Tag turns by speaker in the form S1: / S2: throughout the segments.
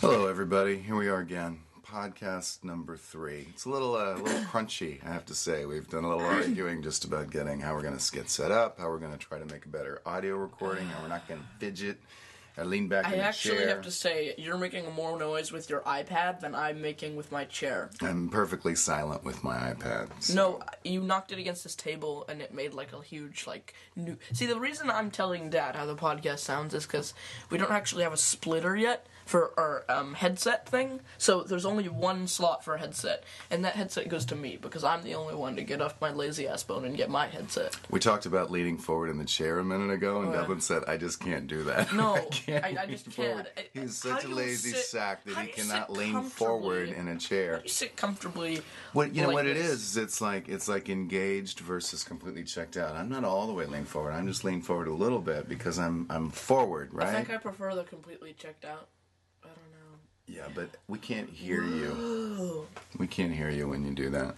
S1: Hello, everybody. Here we are again. Podcast number three. It's a little, uh, a little crunchy, I have to say. We've done a little arguing just about getting how we're going to get set up, how we're going to try to make a better audio recording, how we're not going to fidget or lean back
S2: I
S1: in the
S2: actually
S1: chair.
S2: have to say, you're making more noise with your iPad than I'm making with my chair.
S1: I'm perfectly silent with my iPad. so-
S2: No, you knocked it against this table and it made like a huge, like, new. See, the reason I'm telling Dad how the podcast sounds is because we don't actually have a splitter yet for our um, headset thing. So there's only one slot for a headset, and that headset goes to me because I'm the only one to get off my lazy ass bone and get my headset.
S1: We talked about leaning forward in the chair a minute ago, and
S2: Oh, yeah.
S1: Dublin said, I just can't do that.
S2: No,
S1: can't
S2: I- I
S1: lean
S2: just
S1: forward."
S2: can't. I-
S1: He's
S2: how
S1: such a
S2: do you
S1: lazy
S2: sit-
S1: sack that
S2: how
S1: he
S2: do you sit
S1: cannot lean
S2: comfortably?
S1: forward in a chair.
S2: You sit comfortably.
S1: What you know
S2: like
S1: what it
S2: this.
S1: is? It's like it's like engaged versus completely checked out. I'm not all the way leaned forward. I'm just leaned forward a little bit because I'm I'm forward,
S2: I
S1: right?
S2: think I prefer the completely checked out. I don't know.
S1: yeah, but we can't hear you. We can't hear you when you do that.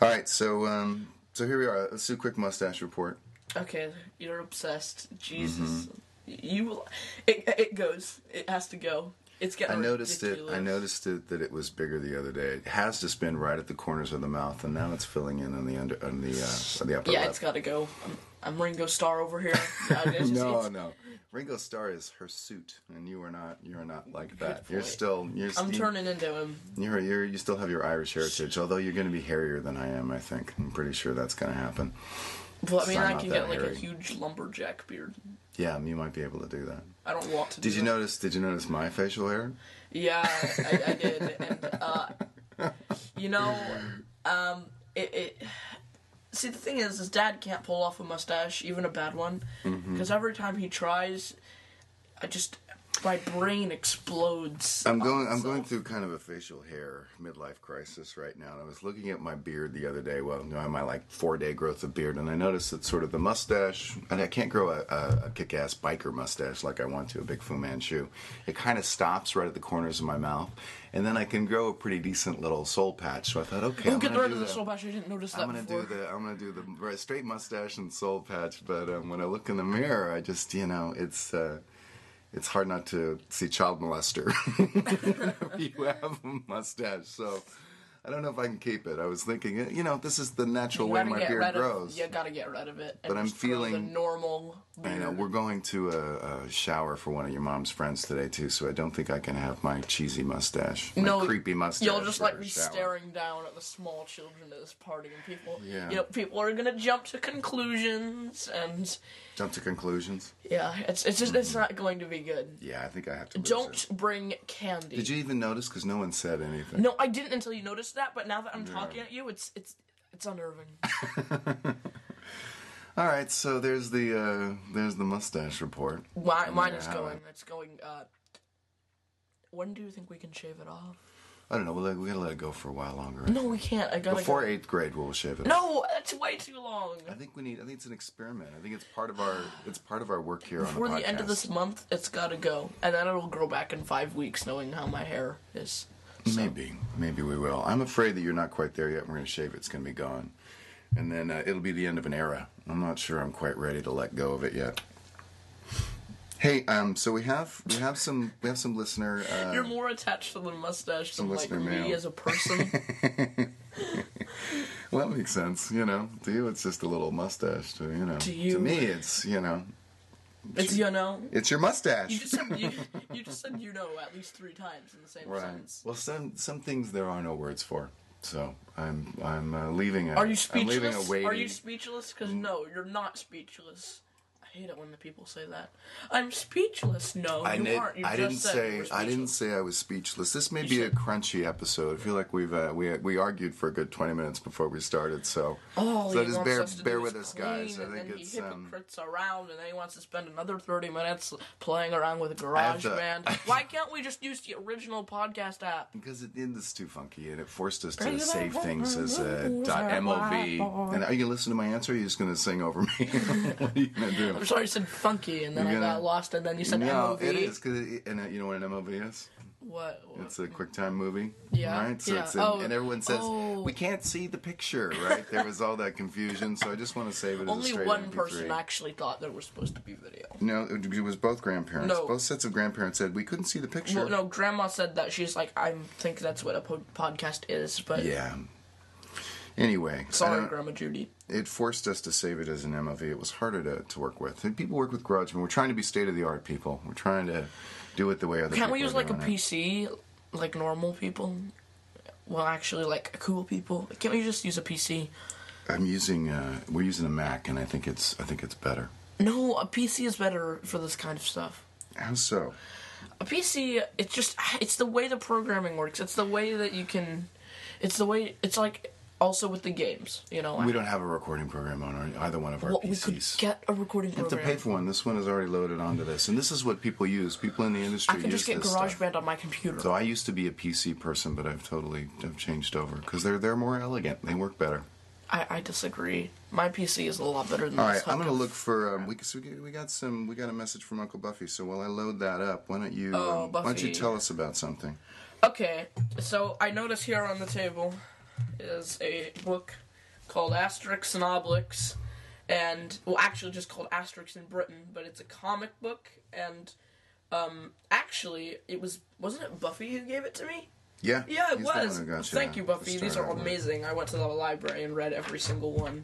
S1: All right, so um, so here we are. Let's do a quick mustache report.
S2: Okay, you're obsessed. Jesus,
S1: Mm-hmm.
S2: you. will- It it goes. It has to go. It's
S1: I
S2: getting.
S1: noticed it.
S2: ridiculous.
S1: I noticed it that it was bigger the other day. It has just been right at the corners of the mouth, and now it's filling in on the under on the uh, on the upper
S2: Yeah,
S1: lip.
S2: it's got to go. I'm, I'm Ringo Starr over here. I just-
S1: no,
S2: it's-
S1: no. Ringo Starr is her suit, and you are not. You are not like that. You're
S2: point.
S1: still. You're.
S2: I'm
S1: you-
S2: turning into him.
S1: You're, you're, you still have your Irish heritage, although you're going to be hairier than I am. I think I'm pretty sure that's going to happen.
S2: Well, I mean,
S1: not
S2: I
S1: not
S2: can
S1: that
S2: get like a
S1: hairy.
S2: huge lumberjack beard.
S1: Yeah, you might be able to do that.
S2: I don't want to.
S1: Did
S2: do
S1: you
S2: that.
S1: notice? Did you notice my facial hair?
S2: Yeah, I, I did, and uh, you know, um, it, it. See, the thing is, is Dad can't pull off a mustache, even a bad one, because every time he tries, I just my brain explodes.
S1: I'm going.
S2: on
S1: I'm going
S2: itself.
S1: through kind of a facial hair midlife crisis right now, and I was looking at my beard the other day. Well, you know, my like four day growth of beard, and I noticed that sort of the mustache, and I can't grow a, a, a kick ass biker mustache like I want to, a big Fu Manchu. It kind of stops right at the corners of my mouth, and then I can grow a pretty decent little soul patch. So I thought, okay, I'm
S2: We'll get
S1: gonna
S2: rid
S1: do
S2: of the
S1: the-
S2: soul patch. I didn't notice that
S1: I'm gonna
S2: before.
S1: do the I'm gonna do the right, straight mustache and soul patch, but um, when I look in the mirror, I just you know it's uh, it's hard not to see child molester. whenever you have a mustache, so I don't know if I can keep it. I was thinking, eh, you know, this is the natural
S2: You
S1: way
S2: gotta
S1: my
S2: get
S1: beard
S2: rid of-
S1: grows.
S2: you gotta get rid of it. And
S1: But I'm
S2: just grow the
S1: feeling-
S2: normal.
S1: I know
S2: beard.
S1: we're going to a, a shower for one of your mom's friends today too, so I don't think I can have my cheesy mustache, my
S2: no
S1: creepy mustache.
S2: You'll just
S1: for
S2: like
S1: her
S2: be
S1: shower.
S2: staring down at the small children at this party, and people,
S1: Yeah.
S2: you know, people are gonna jump to conclusions, and
S1: Jump to conclusions.
S2: yeah, it's it's just it's not going to be good.
S1: Yeah, I think I have to. lose it.
S2: Don't bring candy.
S1: Did you even notice? Because no one said anything.
S2: No, I didn't until you noticed that. But now that I'm talking at you, it's it's it's unnerving.
S1: All right, so there's the uh, there's the mustache report.
S2: Mine, mine is
S1: Yeah.
S2: going. It's going. uh When do you think we can shave it off?
S1: I don't know. We'll, we gotta let it go for a while longer.
S2: No, we can't. I gotta.
S1: Before
S2: go.
S1: eighth grade, we'll shave it.
S2: No, that's way too long.
S1: I think we need. I think it's an experiment. I think it's part of our it's part of our work here
S2: Before
S1: on the podcast.
S2: the end of this month, it's gotta go, and then it'll grow back in five weeks, knowing how my hair is.
S1: Maybe, maybe we will. I'm afraid that you're not quite there yet. We're gonna shave it. It's gonna be gone, and then uh, it'll be the end of an era. I'm not sure. I'm quite ready to let go of it yet. Hey, um, so we have we have some we have some listener. Uh,
S2: You're more attached to the mustache than like
S1: listener mail.
S2: me as a person.
S1: Well, that makes sense. You know, to you it's just a little mustache. To you know, to,
S2: you.
S1: me it's you know,
S2: it's you know.
S1: it's your mustache.
S2: You just said you, you just said you know at least three times in the same
S1: right.
S2: sentence.
S1: Well, some some things there are no words for. So I'm I'm uh, leaving. A,
S2: Are you
S1: I'm leaving
S2: speechless?
S1: a Mm. weighty.
S2: Are you speechless? Because no, you're not speechless. I hate it when the people say that. I'm speechless. No,
S1: I,
S2: you
S1: did,
S2: aren't. You
S1: I
S2: just
S1: didn't
S2: said
S1: say
S2: you were
S1: I didn't
S2: speechless.
S1: say I was speechless. This may
S2: You
S1: be
S2: said-
S1: a crunchy episode. I feel like we've uh, we we argued for a good twenty minutes before we started. So
S2: All
S1: so
S2: Oh, he
S1: just
S2: wants
S1: bear
S2: us to
S1: bear
S2: do is
S1: with us, guys.
S2: clean,
S1: I
S2: and
S1: think
S2: then
S1: it's
S2: he
S1: um.
S2: hypocrites around, and then he wants to spend another thirty minutes playing around with
S1: have to-
S2: GarageBand. Why can't we just use the original podcast app?
S1: Because it it is too funky, and it forced us to
S2: Bring it
S1: save
S2: on,
S1: things
S2: bring
S1: as uh,
S2: it
S1: a
S2: on,
S1: .mov.
S2: bring it on.
S1: And are you gonna listen to my answer? Or are you just gonna sing over me? what are you gonna do?
S2: I'm sorry, I said funky, and then
S1: You're
S2: I
S1: gonna-
S2: got lost, and then you said
S1: no,
S2: MOV.
S1: it is because and uh, you know what an MOV is?
S2: What? what-
S1: It's a QuickTime movie,
S2: Yeah,
S1: right? So
S2: yeah.
S1: it's in,
S2: Oh,
S1: and everyone says
S2: oh.
S1: we can't see the picture, right? There was all that confusion, so I just want to save it as a
S2: Only
S1: straight
S2: one
S1: MP3.
S2: person actually thought there was supposed to be video.
S1: No, it it was both grandparents.
S2: No.
S1: Both sets of grandparents said we couldn't see the picture.
S2: Well, no, Grandma said that she's like, I think that's what a po- podcast is, but
S1: Yeah. Anyway, I
S2: sorry,
S1: don't-
S2: Grandma Judy.
S1: it forced us to save it as an MOV. It was harder to, to work with. And people work with GarageBand. We're trying to be state of the art people. We're trying to do it the way other
S2: Can't
S1: people
S2: we use
S1: are
S2: like a
S1: doing it.
S2: PC, like normal people? Well, actually, like cool people. Can't we just use a PC?
S1: I'm using uh, we're using a Mac, and I think it's I think it's better.
S2: No, a PC is better for this kind of stuff.
S1: How so?
S2: a PC, it's just it's the way the programming works. It's the way that you can. It's the way. It's like also with the games. You know,
S1: We don't have a recording program on our, either one of our
S2: what we could
S1: PCs.
S2: get a recording
S1: You have to
S2: program.
S1: pay for one. This one is already loaded onto this, and this is what people use. People in the industry.
S2: I can
S1: use
S2: just get
S1: this stuff.
S2: GarageBand on my computer.
S1: So I used to be a PC person, but I've totally I've changed over because they're they're more elegant. They work better.
S2: I, I disagree. My PC is a lot better than
S1: All right,
S2: this.
S1: I'm gonna
S2: hunk
S1: look for um, we so we we got some we got a message from Uncle Buffy. So while I load that up, why don't you
S2: Oh,
S1: um, why don't you
S2: Buffy.
S1: tell us about something?
S2: of- Okay, so I notice here on the table is a book called Asterix and Obelix, and well, actually just called Asterix in Britain, but it's a comic book, and um, actually it was wasn't it Buffy who gave it to me?
S1: Yeah,
S2: Yeah,
S1: he's
S2: it
S1: the one
S2: was.
S1: who got
S2: Thank you,
S1: the
S2: Buffy.
S1: start
S2: These are
S1: on that.
S2: amazing. I went to the library and read every single one.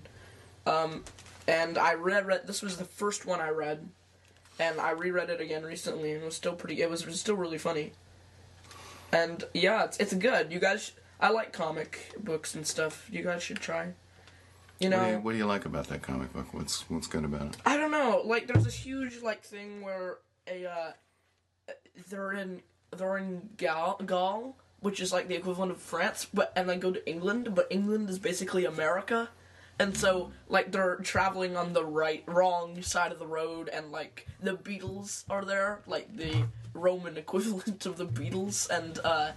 S2: Um, and I read, read this was the first one I read, and I reread it again recently, and it was still pretty. It was, still really funny. And yeah, it's it's good. You guys, sh- I like comic books and stuff. You guys should try. You know,
S1: What do, you, what do you like about that comic book? What's what's good about it?
S2: I don't know. Like, there's this huge like thing where a uh, they're in they're in Gaul, Gaul, which is like the equivalent of France, but and they go to England, but England is basically America, and so like they're traveling on the right wrong side of the road, and like the Beatles are there, like the Roman equivalent of the Beatles, and uh,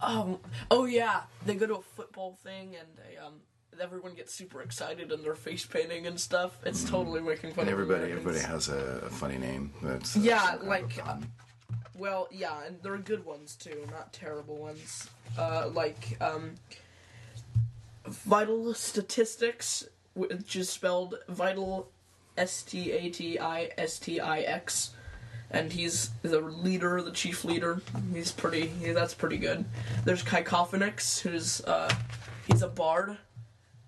S2: um, oh yeah, they go to a football thing, and they um. Everyone gets super excited and they're face painting and stuff. It's totally making
S1: And
S2: fun of
S1: everybody
S2: Americans.
S1: everybody has a, a funny name. That's uh,
S2: Yeah,
S1: that's
S2: like,
S1: kind of fun.
S2: Well, yeah, and there are good ones too, not terrible ones. Uh, like um, vital statistics, which is spelled vital, S T A T I S T I X, and he's the leader, the chief leader. He's pretty. Yeah, that's pretty good. There's Cacophonix, who's uh, he's a bard,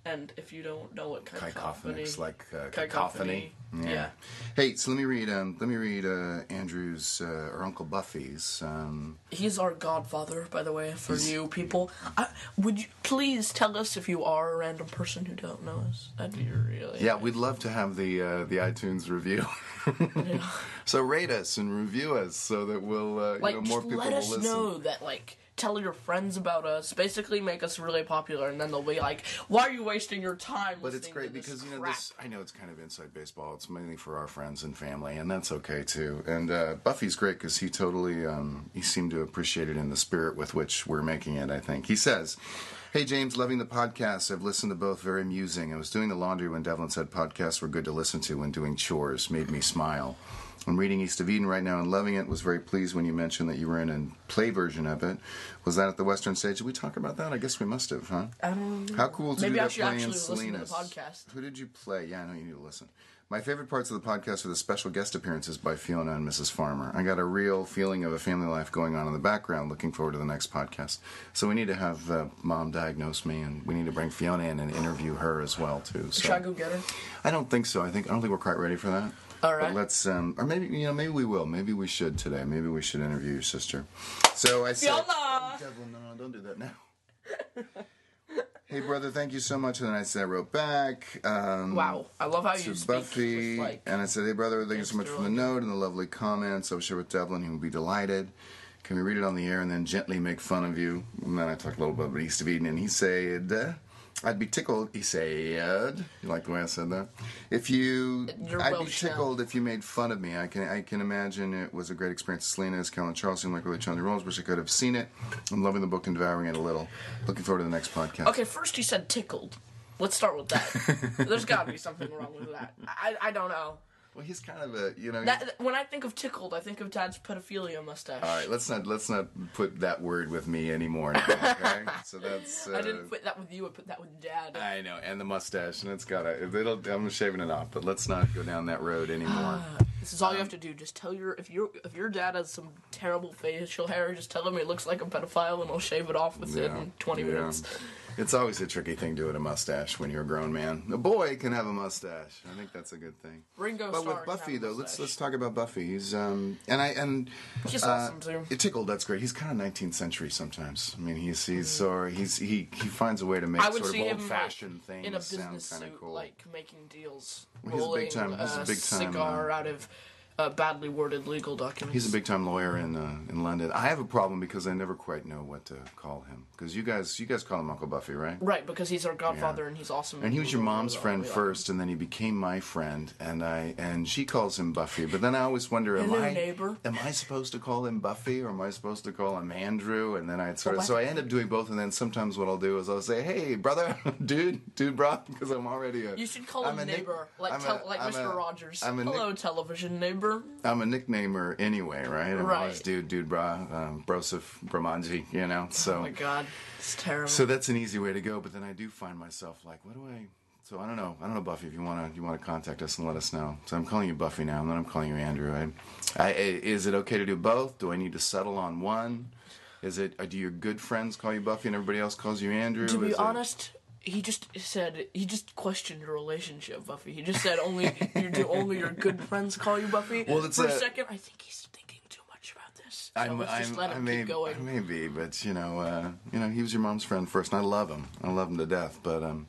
S2: and if you don't know what cacophony,
S1: Cacophonics, like uh,
S2: cacophony,
S1: cacophony.
S2: yeah.
S1: Hey, so let me read. Um, let me read uh, Andrew's uh, or Uncle Buffy's. Um,
S2: He's our godfather, by the way, for you people. I, would you please tell us if you are a random person who don't know us? That'd be really
S1: yeah, we'd love to have the uh, the iTunes review. so rate us and review us so that we'll uh,
S2: like
S1: you know, more
S2: just
S1: people
S2: let us
S1: will listen.
S2: know that like tell your friends about us. Basically, make us really popular, and then they'll be like, "Why are you wasting your time?"
S1: But it's
S2: listening
S1: great
S2: to this
S1: because you know
S2: crap?"
S1: this. I know it's kind of inside baseball. It's mainly for our friends and family, and that's okay too. And uh, Buffy's great because he totally um, he seemed to appreciate it in the spirit with which we're making it. I think he says. Hey James, loving the podcast. I've listened to both, very amusing. I was doing the laundry when Devlin said podcasts were good to listen to when doing chores. Made me smile. I'm reading East of Eden right now and loving it. Was very pleased when you mentioned that you were in a play version of it. Was that at the Western Stage? Did we talk about that? I guess we must have, huh? I don't know. How cool to
S2: Mm-hmm. Maybe
S1: do
S2: I
S1: that
S2: should
S1: play in
S2: actually listen to the
S1: Salinas.
S2: podcast.
S1: Who did you play? Yeah, I know you need to listen. My favorite parts of the podcast are the special guest appearances by Fiona and Mrs. Farmer. I got a real feeling of a family life going on in the background. Looking forward to the next podcast. So we need to have uh, Mom diagnose me, and we need to bring Fiona in and interview her as well too. So
S2: Should I go get her?
S1: I don't think so. I think I don't think we're quite ready for that.
S2: All right.
S1: But let's, um, or maybe you know, maybe we will. Maybe we should today. Maybe we should interview your sister. So I said,
S2: Fiona!
S1: Devlin, no, no, don't do that now. hey, brother, thank you so much. And then I said, I wrote back. Um,
S2: Wow, I love how you
S1: to
S2: speak
S1: Buffy,
S2: with, like
S1: and I said, "Hey, brother, thank you so much for the
S2: Gangster
S1: note and the lovely comments. I was sure with Devlin, he would be delighted. Can we read it on the air and then gently make fun of you?" And then I talked a little bit about East of Eden, and he said, uh, "I'd be tickled." He said, "You like the way I said that? If you,
S2: You're
S1: I'd
S2: Welsh
S1: be
S2: now.
S1: tickled if you made fun of me. I can, I can imagine it was a great experience. Selena's, Callan Charleston, Michael Lee Chandler Rolls. Wish I could have seen it. I'm loving the book and devouring it a little. Looking forward to the next podcast."
S2: Okay, first you said tickled. Let's start with that. There's got to be something wrong with that. I, I don't know.
S1: Well, he's kind of a you know. he's-
S2: That, when I think of tickled, I think of Dad's pedophilia mustache.
S1: all right, let's not let's not put that word with me anymore. Now, okay, so that's. Uh,
S2: I didn't put that with you. I put that with Dad.
S1: I know, and the mustache, and it's got a. It'll, I'm shaving it off, but let's not go down that road anymore.
S2: this is all
S1: um,
S2: you have to do. Just tell your if your if your dad has some terrible facial hair, just tell him he looks like a pedophile, and I'll shave it off within
S1: Yeah,
S2: 20
S1: yeah.
S2: minutes.
S1: It's always a tricky thing to do with a mustache when you're a grown man. A boy can have a mustache. I think that's a good thing.
S2: Ringo
S1: But
S2: Starr
S1: with
S2: can have
S1: Buffy
S2: a
S1: though, let's
S2: mustache.
S1: let's talk about Buffy. He's um and I and
S2: He's
S1: uh,
S2: awesome too.
S1: It tickled. That's great. He's kind of 19th century sometimes. I mean, he's he's sort he's he he finds a way to make
S2: Mm-hmm. I would
S1: sort of
S2: see him
S1: old
S2: like,
S1: fashioned things
S2: in a
S1: sound
S2: business
S1: kind
S2: suit,
S1: of cool.
S2: like making deals,
S1: He's a big
S2: rolling
S1: time- he's a
S2: uh,
S1: big time,
S2: cigar out of uh, badly worded legal documents.
S1: He's a big time lawyer in uh, in London. I have a problem because I never quite know what to call him. Because you guys you guys call him Uncle Buffy, right?
S2: right because he's our godfather and he's awesome.
S1: And he was your
S2: We love
S1: mom's
S2: him.
S1: friend
S2: We love
S1: first, and then he became my friend, and I and she calls him Buffy. But then I always wonder, am
S2: Hello,
S1: I
S2: neighbor.
S1: am I supposed to call him Buffy, or am I supposed to call him Andrew? And then I sort of
S2: Well,
S1: so
S2: why-
S1: I end up doing both. And then sometimes what I'll do is I'll say, hey, brother, dude, dude, bro, because I'm already a
S2: You should call
S1: I'm
S2: him
S1: a nick-
S2: neighbor, like
S1: I'm
S2: tel-
S1: a-
S2: like
S1: I'm
S2: Mr.
S1: a-
S2: Rogers.
S1: I'm a nick-
S2: Hello, television neighbor.
S1: I'm a nicknamer anyway, right? I'm always
S2: Right.
S1: dude, dude, bra, um, brosif, bromanji, you know. So
S2: Oh my God, it's terrible.
S1: So that's an easy way to go. But then I do find myself like, what do I? So I don't know. I don't know, Buffy. If you wanna, you wanna contact us and let us know. So I'm calling you Buffy now, and then I'm calling you Andrew. I, I, I- is it okay to do both? Do I need to settle on one? Is it? uh, Do your good friends call you Buffy and everybody else calls you Andrew?
S2: to be
S1: Is it-
S2: honest, he just said he just questioned your relationship, Buffy. He just said only you do only your good friends call you Buffy.
S1: Well, it's
S2: for a
S1: a-
S2: second. I think he's thinking too much about this. So
S1: I'm,
S2: let's just
S1: I'm-
S2: let
S1: I
S2: him
S1: may,
S2: keep going.
S1: I may be, but you know, uh, you know, he was your mom's friend first, and I love him. I love him to death. But um,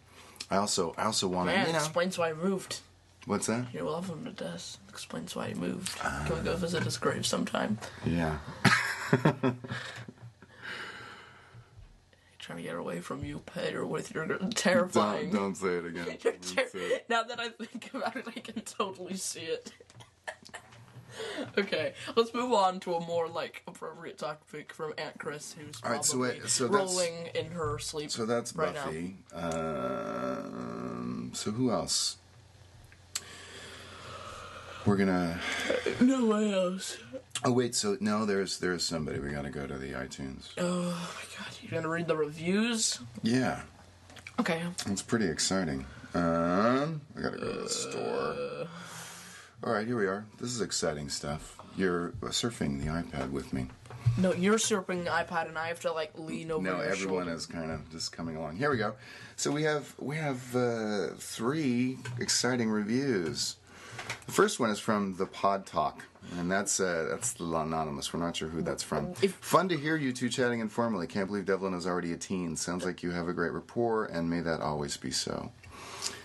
S1: I also, I also want
S2: Man,
S1: to, you know,
S2: explains why he moved.
S1: what's that?
S2: You love him to death. Explains why he moved. Can we go visit his grave sometime?
S1: Yeah.
S2: Trying to get away from you, pet, or with your
S1: Don't,
S2: terrifying.
S1: don't say it again.
S2: You're
S1: Don't
S2: ter-
S1: say it.
S2: now that I think about it, I can totally see it. okay, let's move on to a more like appropriate topic from Aunt Chris, who's
S1: All
S2: probably
S1: right, so wait, so that's-
S2: rolling in her sleep.
S1: So that's
S2: right
S1: Buffy. Um, so who else? We're gonna.
S2: now. No way else.
S1: Oh wait, so no, there's there's somebody. We gotta go to the iTunes.
S2: Oh my god, you're gonna read the reviews?
S1: Yeah,
S2: Okay,
S1: it's pretty exciting. Um, I gotta go to the store. All right, here we are. This is exciting stuff. You're surfing the iPad with me.
S2: no, you're surfing the iPad, and I have to like lean over.
S1: No,
S2: your
S1: everyone
S2: shoulder.
S1: is kind of just coming along. Here we go. So we have we have uh, three exciting reviews. The first one is from the Pod Talk, and that's uh, that's anonymous. We're not sure who that's from.
S2: If-
S1: Fun to hear you two chatting informally. Can't believe Devlin is already a teen. Sounds like you have a great rapport, and may that always be so.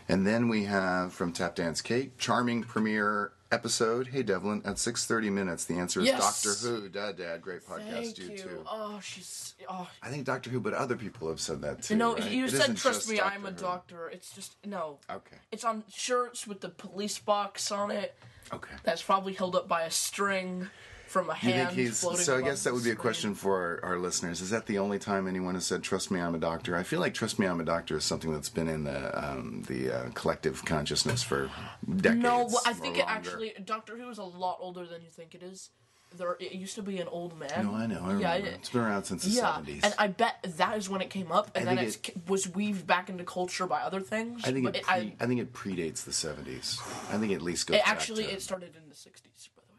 S1: And then we have from Tap Dance Cake, charming premiere episode. Hey Devlin, at six thirty minutes, the answer is
S2: Yes!
S1: Doctor Who. Dad, Dad, great podcast.
S2: Thank you.
S1: too.
S2: Oh, she's. Oh,
S1: I think Doctor Who, but other people have said that too.
S2: you know,
S1: right?
S2: you
S1: It
S2: said
S1: isn't
S2: trust
S1: just
S2: me, I'm a
S1: Who."
S2: doctor. It's just no.
S1: Okay.
S2: It's on shirts with the police box on it.
S1: Okay.
S2: that's probably held up by a string from a
S1: You
S2: hand.
S1: think he's
S2: floating
S1: so? I
S2: above
S1: guess that would be a
S2: the
S1: question for our, our listeners. Is that the only time anyone has said "Trust me, I'm a doctor"? I feel like "Trust me, I'm a doctor" is something that's been in the um, the uh, collective consciousness for decades.
S2: screen. No, well, I
S1: or
S2: think it
S1: longer.
S2: actually Doctor Who is a lot older than you think it is. There, it used to be an old man.
S1: No, I know. I remember.
S2: yeah, it-
S1: it's been around since the
S2: yeah,
S1: seventies.
S2: and I bet that is when it came up, and
S1: I
S2: then it
S1: think
S2: was weaved back into culture by other things.
S1: I think
S2: but
S1: it.
S2: it,
S1: Pre-
S2: I,
S1: I, think it predates the seventies. I think it at least goes.
S2: it
S1: back
S2: actually
S1: to
S2: it started in the '60s, by the way.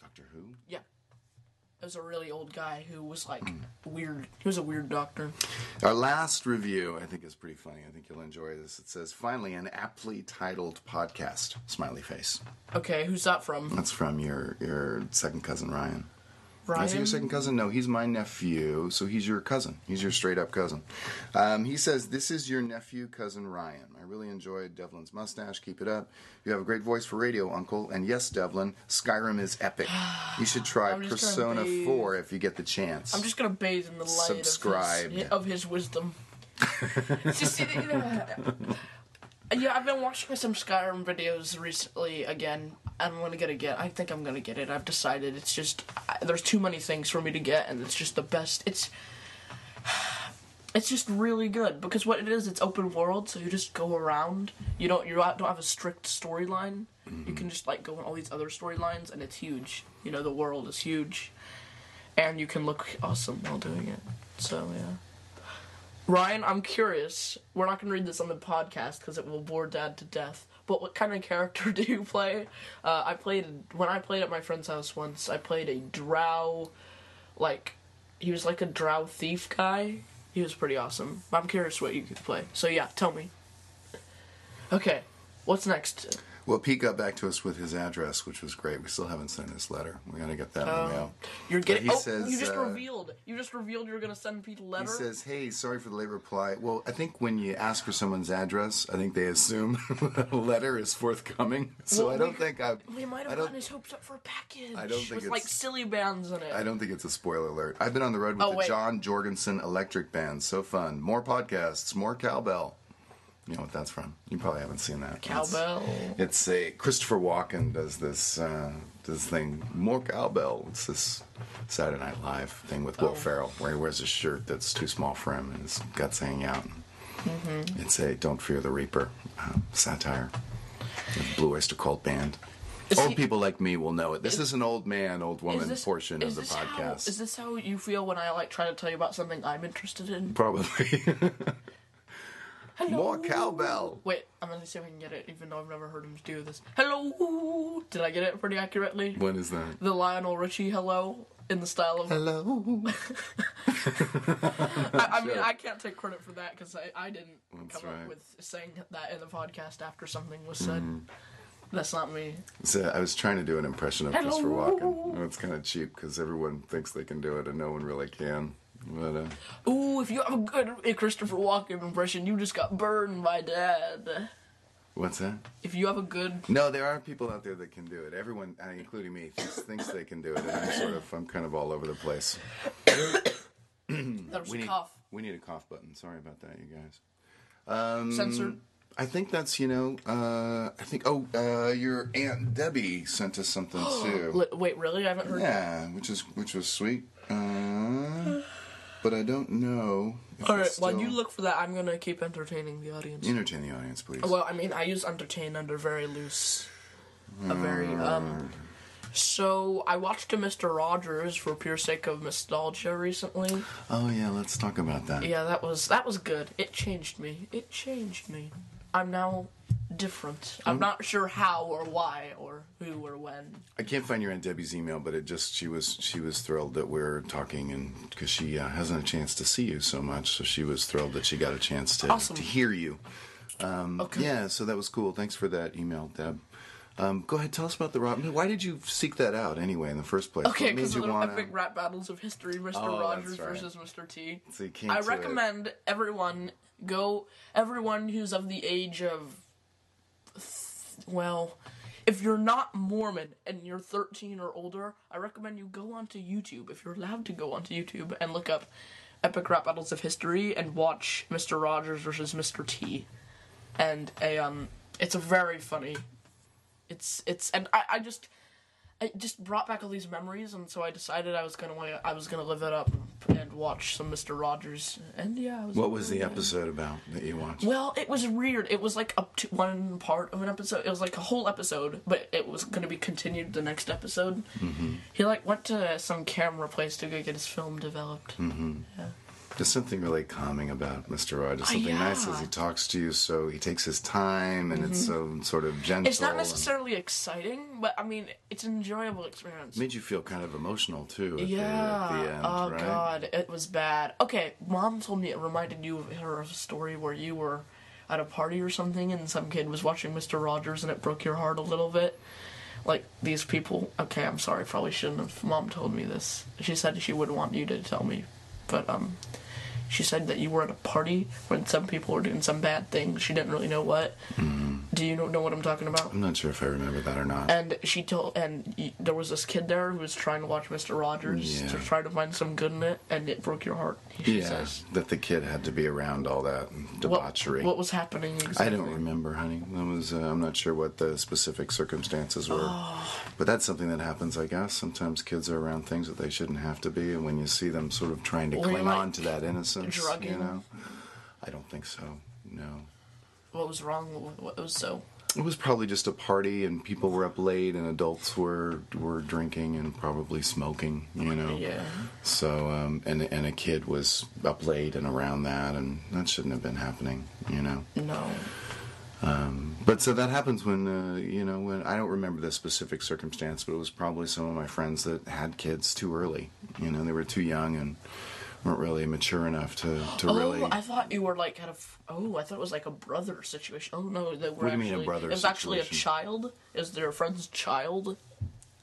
S1: Doctor Who.
S2: Yeah, it was a really old guy who was like
S1: Hmm.
S2: weird. He was a weird doctor.
S1: Our last review, I think, is pretty funny. I think you'll enjoy this. It says, "Finally, an aptly titled podcast." Smiley face.
S2: Okay, who's that from?
S1: That's from your your second cousin Ryan. Is he
S2: Ryan.
S1: your second cousin? No, he's my nephew. So he's your cousin. He's your straight up cousin. Um, he says, This is your nephew, cousin Ryan. I really enjoyed Devlin's mustache. Keep it up. You have a great voice for radio, Uncle. And yes, Devlin, Skyrim is epic. You should try
S2: I'm just gonna
S1: Persona
S2: be-
S1: 4 if you get the chance.
S2: I'm just gonna bathe in the light of his-
S1: Subscribed.
S2: of his, wisdom. It's just, you know, uh, yeah, I've been watching some Skyrim videos recently again. and I'm gonna get it again. I think I'm gonna get it. I've decided. It's just I, there's too many things for me to get, and it's just the best. It's it's just really good because what it is, it's open world, so you just go around. You don't you don't have a strict storyline. You can just like go on all these other storylines, and it's huge. You know, the world is huge, and you can look awesome while doing it. So yeah. Ryan, I'm curious. We're not going to read this on the podcast because it will bore Dad to death. But what kind of character do you play? Uh, I played when I played at my friend's house once. I played a drow, like he was like a drow thief guy. He was pretty awesome. I'm curious what you could play. So yeah, tell me. Okay, what's next?
S1: Well, Pete got back to us with his address, which was great. We still haven't sent his letter. We got to get that
S2: Oh.
S1: in the mail.
S2: You're getting.
S1: he
S2: Oh,
S1: says,
S2: you just
S1: uh,
S2: revealed. You just revealed you're going to send Pete a letter.
S1: He says, "Hey, sorry for the late reply." Well, I think when you ask for someone's address, I think they assume a letter is forthcoming. So
S2: Well,
S1: I don't
S2: we-
S1: think I.
S2: we might
S1: I
S2: have
S1: don't-
S2: gotten his hopes up for a package.
S1: I don't think
S2: with
S1: it's-
S2: like silly bands in it.
S1: I don't think it's a spoiler alert. I've been on the road with
S2: Oh,
S1: the
S2: wait.
S1: John Jorgensen Electric Band. So fun. More podcasts. More cowbell. You know what that's from? You probably haven't seen that. It's-
S2: Cowbell.
S1: It's a Christopher Walken does this uh, this thing more cowbell. It's this Saturday Night Live thing with
S2: Oh.
S1: Will Ferrell where he wears a shirt that's too small for him and his guts hanging out.
S2: Mm-hmm.
S1: It's a "Don't Fear the Reaper" uh, satire. The Blue Oyster Cult band.
S2: Is
S1: old
S2: he-
S1: people like me will know it. This is, an old man, old woman
S2: Is this-
S1: portion
S2: is
S1: of the
S2: this how-
S1: podcast.
S2: is this how you feel when I like try to tell you about something I'm interested in?
S1: Probably more cowbell.
S2: Wait, I'm gonna see if I can get it, even though I've never heard him do this. Hello. Did I get it pretty accurately?
S1: When is that?
S2: The Lionel Richie hello in the style of.
S1: Hello.
S2: I, I mean, I can't take credit for that because I, I didn't
S1: That's
S2: come
S1: right. Mm.
S2: up with saying that in the podcast after something was said. That's not me.
S1: So I was trying to do an impression of
S2: Hello.
S1: Christopher Walken. It's kind of cheap because everyone thinks they can do it and no one really can. But uh,
S2: Ooh, if you have a good Christopher Walken impression, you just got burned by dad.
S1: what's that?
S2: If you have a good
S1: No, there are people out there that can do it. Everyone, uh, including me, thinks, thinks they can do it, and I'm sort of, I'm kind of all over the place.
S2: that was
S1: We
S2: a
S1: need,
S2: cough
S1: we need a cough button. Sorry about that, you guys. um,
S2: censored.
S1: I think that's you know. Uh, I think oh, uh, your aunt Debbie sent us something too.
S2: Li- Wait, really? I haven't heard.
S1: Yeah, which is which was sweet. Uh, but I don't know. if
S2: All right,
S1: it's
S2: while you
S1: still-
S2: look for that, I'm gonna keep entertaining the audience.
S1: entertain the audience, please.
S2: Well, I mean, I use entertain under very loose, a very
S1: Mm.
S2: um. So I watched a Mr. Rogers for pure sake of nostalgia recently.
S1: Oh yeah, let's talk about that.
S2: Yeah, that was that was good. It changed me. It changed me. I'm now different.
S1: Mm.
S2: I'm not sure how or why or who or when.
S1: I can't find your aunt Debbie's email, but it just she was she was thrilled that we're talking, and because she uh, hasn't a chance to see you so much, so she was thrilled that she got a chance to
S2: Awesome.
S1: to hear you. Um,
S2: Okay.
S1: Yeah, so that was cool. Thanks for that email, Deb. Um, go ahead, tell us about the Robin. Why did you seek that out anyway in the first place?
S2: Okay,
S1: What made
S2: because
S1: you
S2: of the
S1: wanna-
S2: epic rap battles of history, Mr.
S1: Oh,
S2: Rogers
S1: that's right.
S2: versus Mr. T.
S1: So you came to
S2: I
S1: it.
S2: recommend everyone go. Everyone who's of the age of, th- well, if you're not Mormon and you're 13 or older, I recommend you go onto YouTube if you're allowed to go onto YouTube and look up epic rap battles of history and watch Mr. Rogers versus Mr. T. And a um, it's a very funny. It's it's and I I just it just brought back all these memories, and so I decided I was gonna wa- I was gonna live it up and watch some Mister Rogers, and yeah. I was
S1: What was the episode about that you watched?
S2: Well, it was weird. It was like up to one part of an episode. It was like a whole episode, but it was gonna be continued the next episode. Mm-hmm. He like went to some camera place to go get his film developed.
S1: Mm-hmm. There's something really calming about Mr. Rogers. Something nice
S2: Uh, yeah. Mm-hmm.
S1: as he talks to you, so he takes his time, and it's so sort of gentle.
S2: It's not
S1: Oh, and-
S2: necessarily exciting, but I mean, it's an enjoyable experience.
S1: Made you feel kind of emotional too. At
S2: Yeah.
S1: The, at the end,
S2: oh
S1: right?
S2: god, it was bad. Okay, mom told me it reminded you of her of a story where you were at a party or something and some kid was watching Mr. Rogers and it broke your heart a little bit. Like these people. Okay, I'm sorry. Probably shouldn't have. Mom told me this. She said she would want you to tell me, but um, she said that you were at a party when some people were doing some bad thing. She didn't really know what.
S1: Mm-hmm.
S2: Do you know know what I'm talking about?
S1: I'm not sure if I remember that or not.
S2: and she told and y- there was this kid there who was trying to watch Mr. Rogers
S1: Yeah.
S2: to try to find some good in it, and it broke your heart. She
S1: yeah,
S2: says,
S1: that the kid had to be around all that
S2: what,
S1: debauchery.
S2: what was happening exactly?
S1: I don't remember, honey. That was uh, I'm not sure what the specific circumstances were,
S2: Oh.
S1: but that's something that happens, I guess. Sometimes kids are around things that they shouldn't have to be, and when you see them sort of trying to
S2: Or,
S1: cling
S2: like,
S1: on to that innocence, you
S2: drugging.
S1: know, I don't think so. No,
S2: What was wrong? What, what was so?
S1: It was probably just a party, and people were up late, and adults were were drinking and probably smoking. You know.
S2: Yeah.
S1: So um, and and a kid was up late and around that, and that shouldn't have been happening. You know.
S2: No.
S1: But so that happens when uh, you know when I don't remember the specific circumstance, but it was probably some of my friends that had kids too early. You know, they were too young and weren't really mature enough to to really.
S2: Oh, I thought you were like had a. F- oh, I thought it was like a brother situation. Oh no, they were
S1: What do you
S2: actually.
S1: mean a brother
S2: it was actually a
S1: situation?
S2: child. Is their friend's child?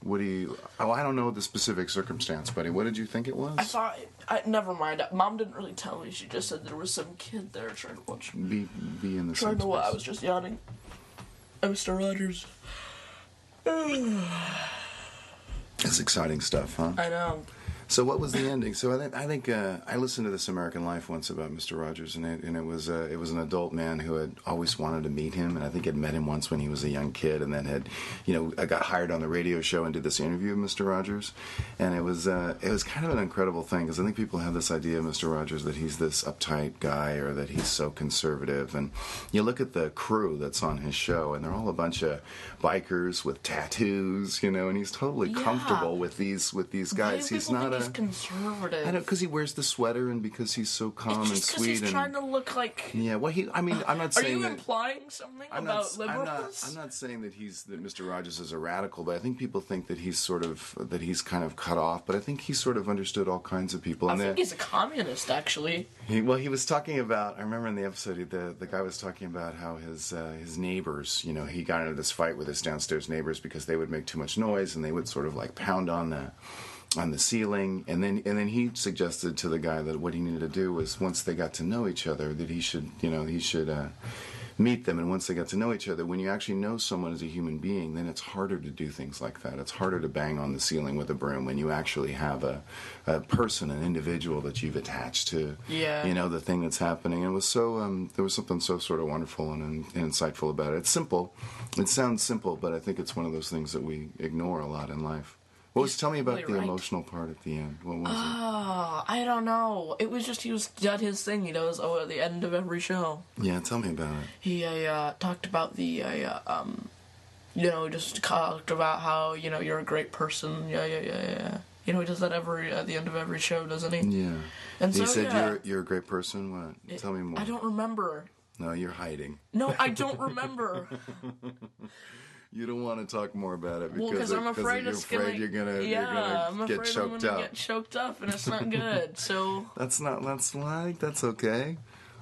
S1: What do you? Oh, I don't know the specific circumstance, buddy. What did you think it was?
S2: I thought. I never mind. Mom didn't really tell me. She just said there was some kid there trying to watch.
S1: be be in the
S2: Trying
S1: same
S2: to what? I
S1: space.
S2: was just yawning. I'm Star Rogers.
S1: It's exciting stuff, huh?
S2: I know.
S1: So what was the ending? So I think I think uh, I listened to This American Life once about Mister Rogers, and it and it was uh, it was an adult man who had always wanted to meet him, and I think had met him once when he was a young kid, and then had you know I got hired on the radio show and did this interview of Mister Rogers, and it was uh, it was kind of an incredible thing because I think people have this idea of Mister Rogers that he's this uptight guy or that he's so conservative, and you look at the crew that's on his show, and they're all a bunch of bikers with tattoos, you know, and he's totally
S2: Yeah.
S1: comfortable with these with these
S2: Why do
S1: guys. He's
S2: people
S1: not
S2: think
S1: a
S2: he's conservative.
S1: I know because he wears the sweater and because he's so calm and
S2: it's just because
S1: sweet
S2: he's
S1: and
S2: trying to look like.
S1: yeah. Well, he. I mean, I'm not
S2: Are
S1: saying
S2: you
S1: that.
S2: implying something
S1: I'm not,
S2: about
S1: I'm
S2: liberals?
S1: not. I'm not saying that he's that Mr. Rogers is a radical, but I think people think that he's sort of that he's kind of cut off. But I think he sort of understood all kinds of people.
S2: I
S1: and
S2: think
S1: that-
S2: he's a communist, actually.
S1: he, well, he was talking about. I remember in the episode, he- the the guy was talking about how his uh, his neighbors. You know, he got into this fight with his downstairs neighbors because they would make too much noise and they would sort of like pound on the on the ceiling. And then and then he suggested to the guy that what he needed to do was once they got to know each other, that he should you know he should. Uh, meet them and once they got to know each other when you actually know someone as a human being then it's harder to do things like that it's harder to bang on the ceiling with a broom when you actually have a, a person an individual that you've attached to
S2: Yeah.
S1: you know the thing that's happening and it was so um, there was something so sort of wonderful and, and insightful about it it's simple it sounds simple but i think it's one of those things that we ignore a lot in life what was tell me about
S2: totally
S1: the
S2: right.
S1: emotional part at the end what was
S2: Uh, I don't know. It was just he was done his thing he does oh, at the end of every show.
S1: it yeah tell me about it
S2: He uh, uh, talked about the uh, uh, um, you know, just talked about how you know you're a great person. Yeah, yeah, yeah, yeah, yeah. You know, he does that every at the end of every show, doesn't he?
S1: yeah
S2: And
S1: he
S2: so
S1: said
S2: yeah,
S1: you're you're a great person what tell me more
S2: I don't remember.
S1: no you're hiding
S2: No, I don't remember.
S1: You don't want to talk more about it
S2: well,
S1: because
S2: because I'm
S1: of- 'cause
S2: afraid
S1: you're
S2: it's
S1: afraid
S2: gonna.
S1: you're gonna
S2: yeah,
S1: you're gonna
S2: I'm
S1: get
S2: afraid I'm
S1: choked
S2: gonna
S1: up.
S2: get choked up, and it's not good. So.
S1: That's not that's like that's okay.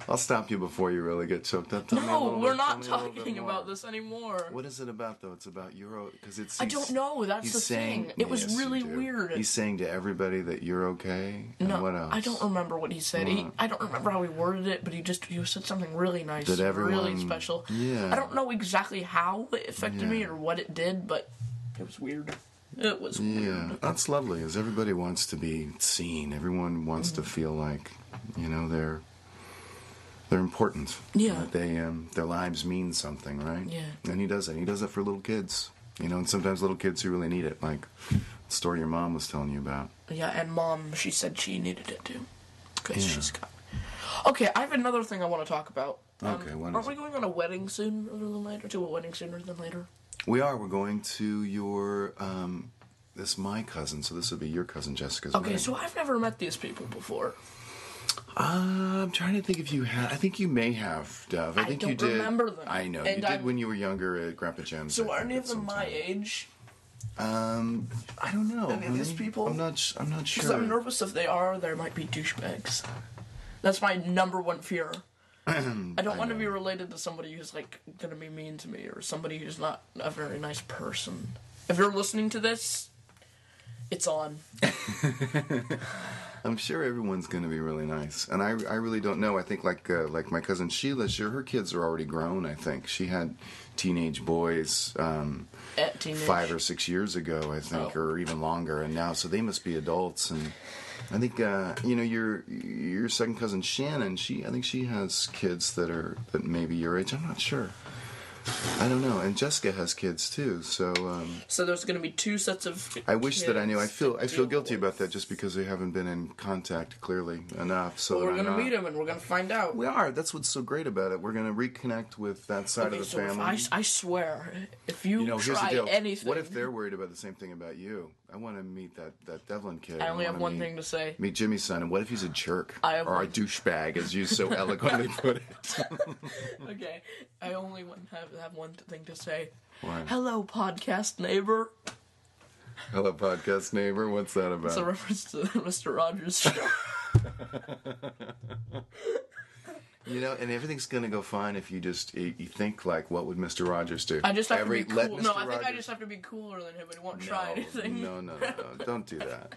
S1: I'll stop you before you really get choked up. Tell me a
S2: No,
S1: little
S2: we're
S1: bit-
S2: not
S1: tell me a little bit
S2: talking
S1: more.
S2: about this anymore.
S1: What is it about though? It's about Euro because it's.
S2: I
S1: he's-
S2: don't know. That's
S1: he's
S2: the
S1: saying,
S2: thing. It was
S1: Yes, you
S2: really
S1: do.
S2: weird.
S1: He's saying to everybody that you're okay. and
S2: no,
S1: what else?
S2: I don't remember what he said. He, I don't remember how he worded it, but he just he said something really nice,
S1: That
S2: really
S1: everyone-
S2: special.
S1: Yeah.
S2: I don't know exactly how it affected me
S1: Yeah.
S2: or what it did, but it was weird. It was
S1: Yeah,
S2: weird.
S1: that's lovely. Is everybody wants to be seen? Everyone wants to
S2: Mm.
S1: feel like, you know, they're they're important.
S2: Yeah.
S1: That they um, their lives mean something, right?
S2: Yeah.
S1: And he does it. He does it for little kids. You know, and sometimes little kids who really need it, like the story your mom was telling you about.
S2: Yeah, and mom, she said she needed it too, because
S1: Yeah.
S2: she's got. Okay, I have another thing I want to talk about. Um,
S1: Okay, what
S2: aren't
S1: is
S2: we
S1: it?
S2: going on a wedding sooner than later? To a wedding sooner than later?
S1: We are. We're going to your um, this my cousin. So this would be your cousin Jessica's.
S2: Okay,
S1: wedding.
S2: so I've never met these people before.
S1: Uh, I'm trying to think if you had. I think you may have, Dove. I,
S2: I
S1: think
S2: don't
S1: you did.
S2: remember them.
S1: I know
S2: And
S1: you did
S2: I'm-
S1: when you were younger at Grandpa Jim's.
S2: So
S1: I
S2: are
S1: think,
S2: any
S1: at
S2: of them
S1: some
S2: my
S1: time.
S2: age?
S1: Um, I don't know.
S2: Any of these
S1: honey.
S2: people?
S1: I'm not. sh- I'm not
S2: Because
S1: sure.
S2: I'm nervous if they are, there might be douchebags. That's my number one fear. I don't want to be related to somebody who's like gonna be mean to me or somebody who's not a very nice person. If you're listening to this, it's on.
S1: I'm sure everyone's going to be really nice, and I, I really don't know. I think like uh, like my cousin Sheila, sure, her kids are already grown. I think she had teenage boys um,
S2: At teenage.
S1: five or six years ago, I think,
S2: Oh.
S1: or even longer, and now so they must be adults. And I think uh, you know your your second cousin Shannon, she I think she has kids that are that maybe your age. I'm not sure. I don't know. And Jessica has kids too, so um,
S2: So there's going to be two sets of.
S1: I wish that I knew. I
S2: kids
S1: feel
S2: to
S1: I feel
S2: deal
S1: guilty
S2: with.
S1: about that just because we haven't been in contact clearly enough. So
S2: But we're
S1: that
S2: going to
S1: I'm
S2: meet
S1: not-
S2: him and we're going to find out.
S1: We are. That's what's so great about it. We're going to reconnect with that side
S2: Okay,
S1: of the
S2: so if
S1: family.
S2: I, I swear, if you,
S1: you know, here's the
S2: try
S1: deal.
S2: anything,
S1: What if they're worried about the same thing about you? I want to meet that that Devlin kid.
S2: I only have
S1: wanna
S2: one
S1: meet-
S2: thing to say.
S1: Meet Jimmy's son, and what if he's a jerk
S2: I have
S1: or a
S2: one-
S1: douchebag, as you so eloquently put it?
S2: Okay, I only one, have, have one thing to say.
S1: What?
S2: Hello, podcast neighbor.
S1: Hello, podcast neighbor. What's that about?
S2: It's a reference to Mr. Rogers' show.
S1: You know, and everything's gonna go fine if you just you, you think like, what would Mister Rogers do?
S2: I just have
S1: Every-
S2: to be
S1: let
S2: cool.
S1: Mr.
S2: No, I think I
S1: Rogers-
S2: just have to be cooler than him and he won't
S1: No,
S2: try anything.
S1: No, no, no, no, don't do that.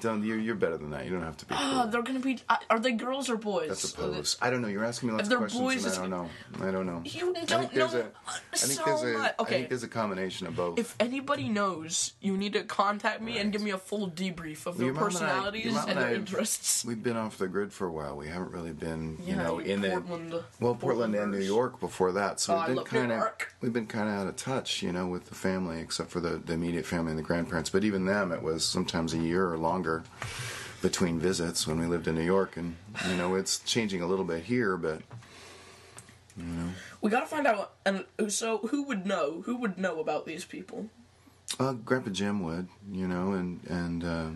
S1: Don't. You're, you're better than that. You don't have to be.
S2: Ah,
S1: Cool.
S2: they're gonna be. I- Are they girls or boys?
S1: That's a
S2: Are they-
S1: pose. I don't know. You're asking me lots
S2: they're
S1: of questions,
S2: boys,
S1: and I
S2: it's-
S1: don't know. I don't know.
S2: You
S1: I
S2: don't
S1: think there's
S2: know
S1: a- I think
S2: so
S1: there's a.
S2: much.
S1: I
S2: Okay.
S1: think there's a combination of both.
S2: If anybody knows, you need to contact me and give me a full debrief of their
S1: your mom and I- your
S2: personalities
S1: mom and
S2: and their
S1: I-
S2: interests.
S1: We've been off the grid for a while. We haven't really been, you
S2: Yeah,
S1: know,
S2: you
S1: in
S2: Portland-
S1: the well, Portland and New
S2: Portlanders.
S1: York before that. So
S2: Oh, I
S1: we've been
S2: love New
S1: kind of
S2: York.
S1: we've been kind of out of touch, you know, with the family, except for the, the immediate family and the grandparents. But even them, it was sometimes a year or longer between visits when we lived in New York, and you know, it's changing a little bit here, but
S2: We gotta find out. And so, who would know? Who would know about these people?
S1: Uh, Grandpa Jim would, you know, and and uh,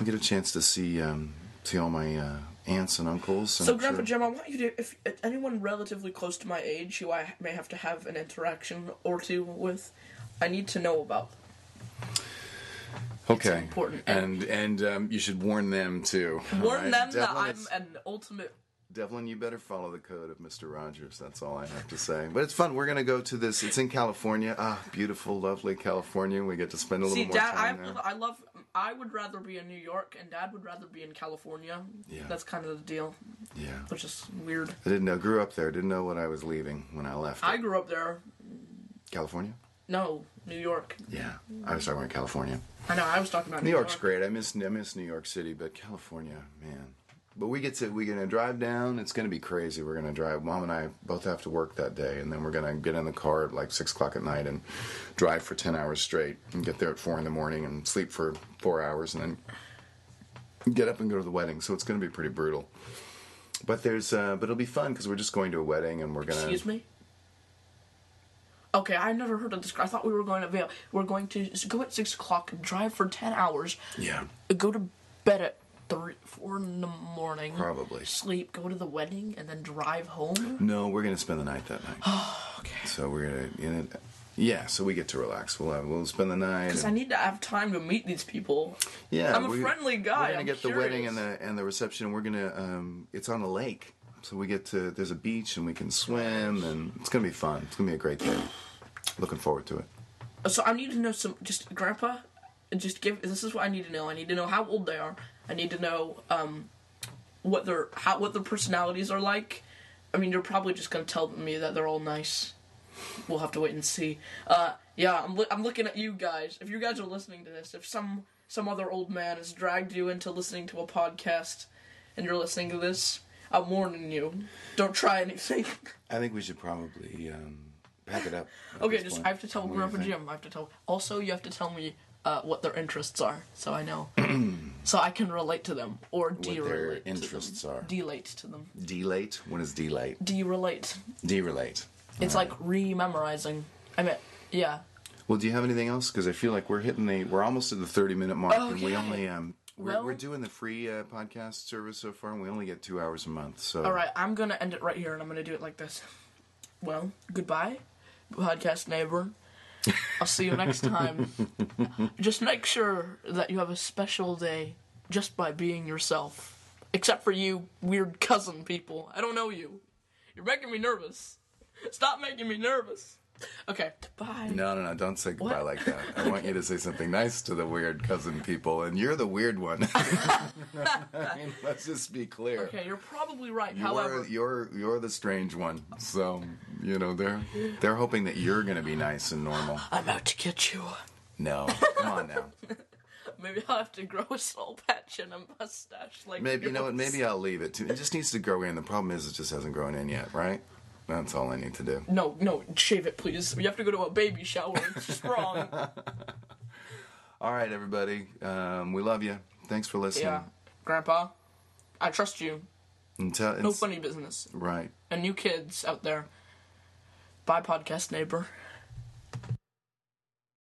S1: we get a chance to see um, see all my uh, aunts and uncles. And
S2: So,
S1: I'm
S2: Grandpa
S1: sure-
S2: Jim, I want you to, if if anyone relatively close to my age who I may have to have an interaction or two with, I need to know about.
S1: okay,
S2: important.
S1: and and um, you should warn them too.
S2: Warn
S1: Alright,
S2: them that
S1: Devlin,
S2: I'm
S1: it's-
S2: an ultimate.
S1: Devlin, you better follow the code of Mr. Rogers. That's all I have to say. But it's fun. We're going to go to this. It's in California. Ah, beautiful, lovely California. We get to spend a little
S2: See,
S1: more
S2: Dad, I,
S1: time there.
S2: I love. I would rather be in New York, and Dad would rather be in California.
S1: Yeah.
S2: That's kind of the deal,
S1: Yeah.
S2: which is weird.
S1: I didn't know. Grew up there. Didn't know what I was leaving when I left
S2: I grew up there.
S1: California.
S2: No, New York.
S1: Yeah, I was talking about California.
S2: I know. I was talking about
S1: New
S2: New
S1: York's
S2: York.
S1: great. I miss I miss New York City, but California, man. But we get to we're gonna drive down. It's gonna be crazy. We're gonna drive. Mom and I both have to work that day, and then we're gonna get in the car at like six o'clock at night and drive for ten hours straight, and get there at four in the morning and sleep for four hours, and then get up and go to the wedding. So it's gonna be pretty brutal. But there's uh, but it'll be fun because we're just going to a wedding and we're gonna.
S2: Excuse me. Okay, I never heard of this. I thought we were going to Vail. We're going to s- go at six o'clock, drive for ten hours,
S1: Yeah.
S2: go to bed at three, four in the morning,
S1: Probably.
S2: sleep, go to the wedding, and then drive home.
S1: No, we're gonna spend the night that night. okay. So we're gonna. You know, yeah, so we get to relax. We'll have, we'll spend the night.
S2: Because I need to have time to meet these people.
S1: Yeah,
S2: I'm a friendly guy,
S1: We're gonna
S2: I'm
S1: get the wedding
S2: curious.
S1: and the and the reception. We're gonna um, it's on a lake, so we get to there's a beach and we can swim and it's gonna be fun. It's gonna be a great day. Looking forward to it.
S2: So I need to know some. Just grandpa, just give. This is what I need to know. I need to know how old they are. I need to know um, what their how what their personalities are like. I mean, you're probably just gonna tell me that they're all nice. We'll have to wait and see. Uh, yeah, I'm loo- I'm looking at you guys. If you guys are listening to this, if some some other old man has dragged you into listening to a podcast, and you're listening to this, I'm warning you. Don't try anything.
S1: I think we should probably um, pack it up. at
S2: Okay,
S1: this
S2: just
S1: point.
S2: I have to tell
S1: What do you
S2: Grandpa
S1: think?
S2: Jim. I have to tell. Also, you have to tell me uh, what their interests are, so I know, so I can relate to them or
S1: their
S2: derelate.
S1: interests
S2: to them.
S1: are.
S2: Delate to them.
S1: Delate. What is delate? Mm.
S2: Derelate.
S1: Derelate.
S2: It's like re-memorizing. I mean, yeah.
S1: Well, do you have anything else? Because I feel like we're hitting the we're almost at the thirty minute mark, and we
S2: Okay.
S1: only um we're,
S2: Well-
S1: we're doing the free uh, podcast service so far, and we only get two hours a month. So
S2: All right, I'm gonna end it right here, and I'm gonna do it like this. Well, goodbye, podcast neighbor. I'll see you next time. just make sure that you have a special day just by being yourself. Except for you weird cousin people. I don't know you. You're making me nervous. Stop making me nervous. Okay, bye.
S1: No, no, no! Don't say goodbye like that. I want you to say something nice to the weird cousin people, and you're the weird one. I mean, let's just be clear.
S2: Okay, you're probably right.
S1: You're,
S2: However,
S1: you're you're the strange one, so you know they're they're hoping that you're going to be nice and normal.
S2: I'm out to get you.
S1: No, come on now.
S2: Maybe I'll have to grow a soul patch and a mustache like
S1: Maybe you know what?
S2: yours.
S1: Maybe I'll leave it. To, it just needs to grow in. The problem is, it just hasn't grown in yet, right? That's all I need to do.
S2: No, no, shave it, please. You have to go to a baby shower. It's just wrong.
S1: All right, everybody. Um, we love you. Thanks for listening.
S2: yeah, Grandpa, I trust you.
S1: Until it's,
S2: No funny business.
S1: Right.
S2: And you kids out there, bye, podcast neighbor.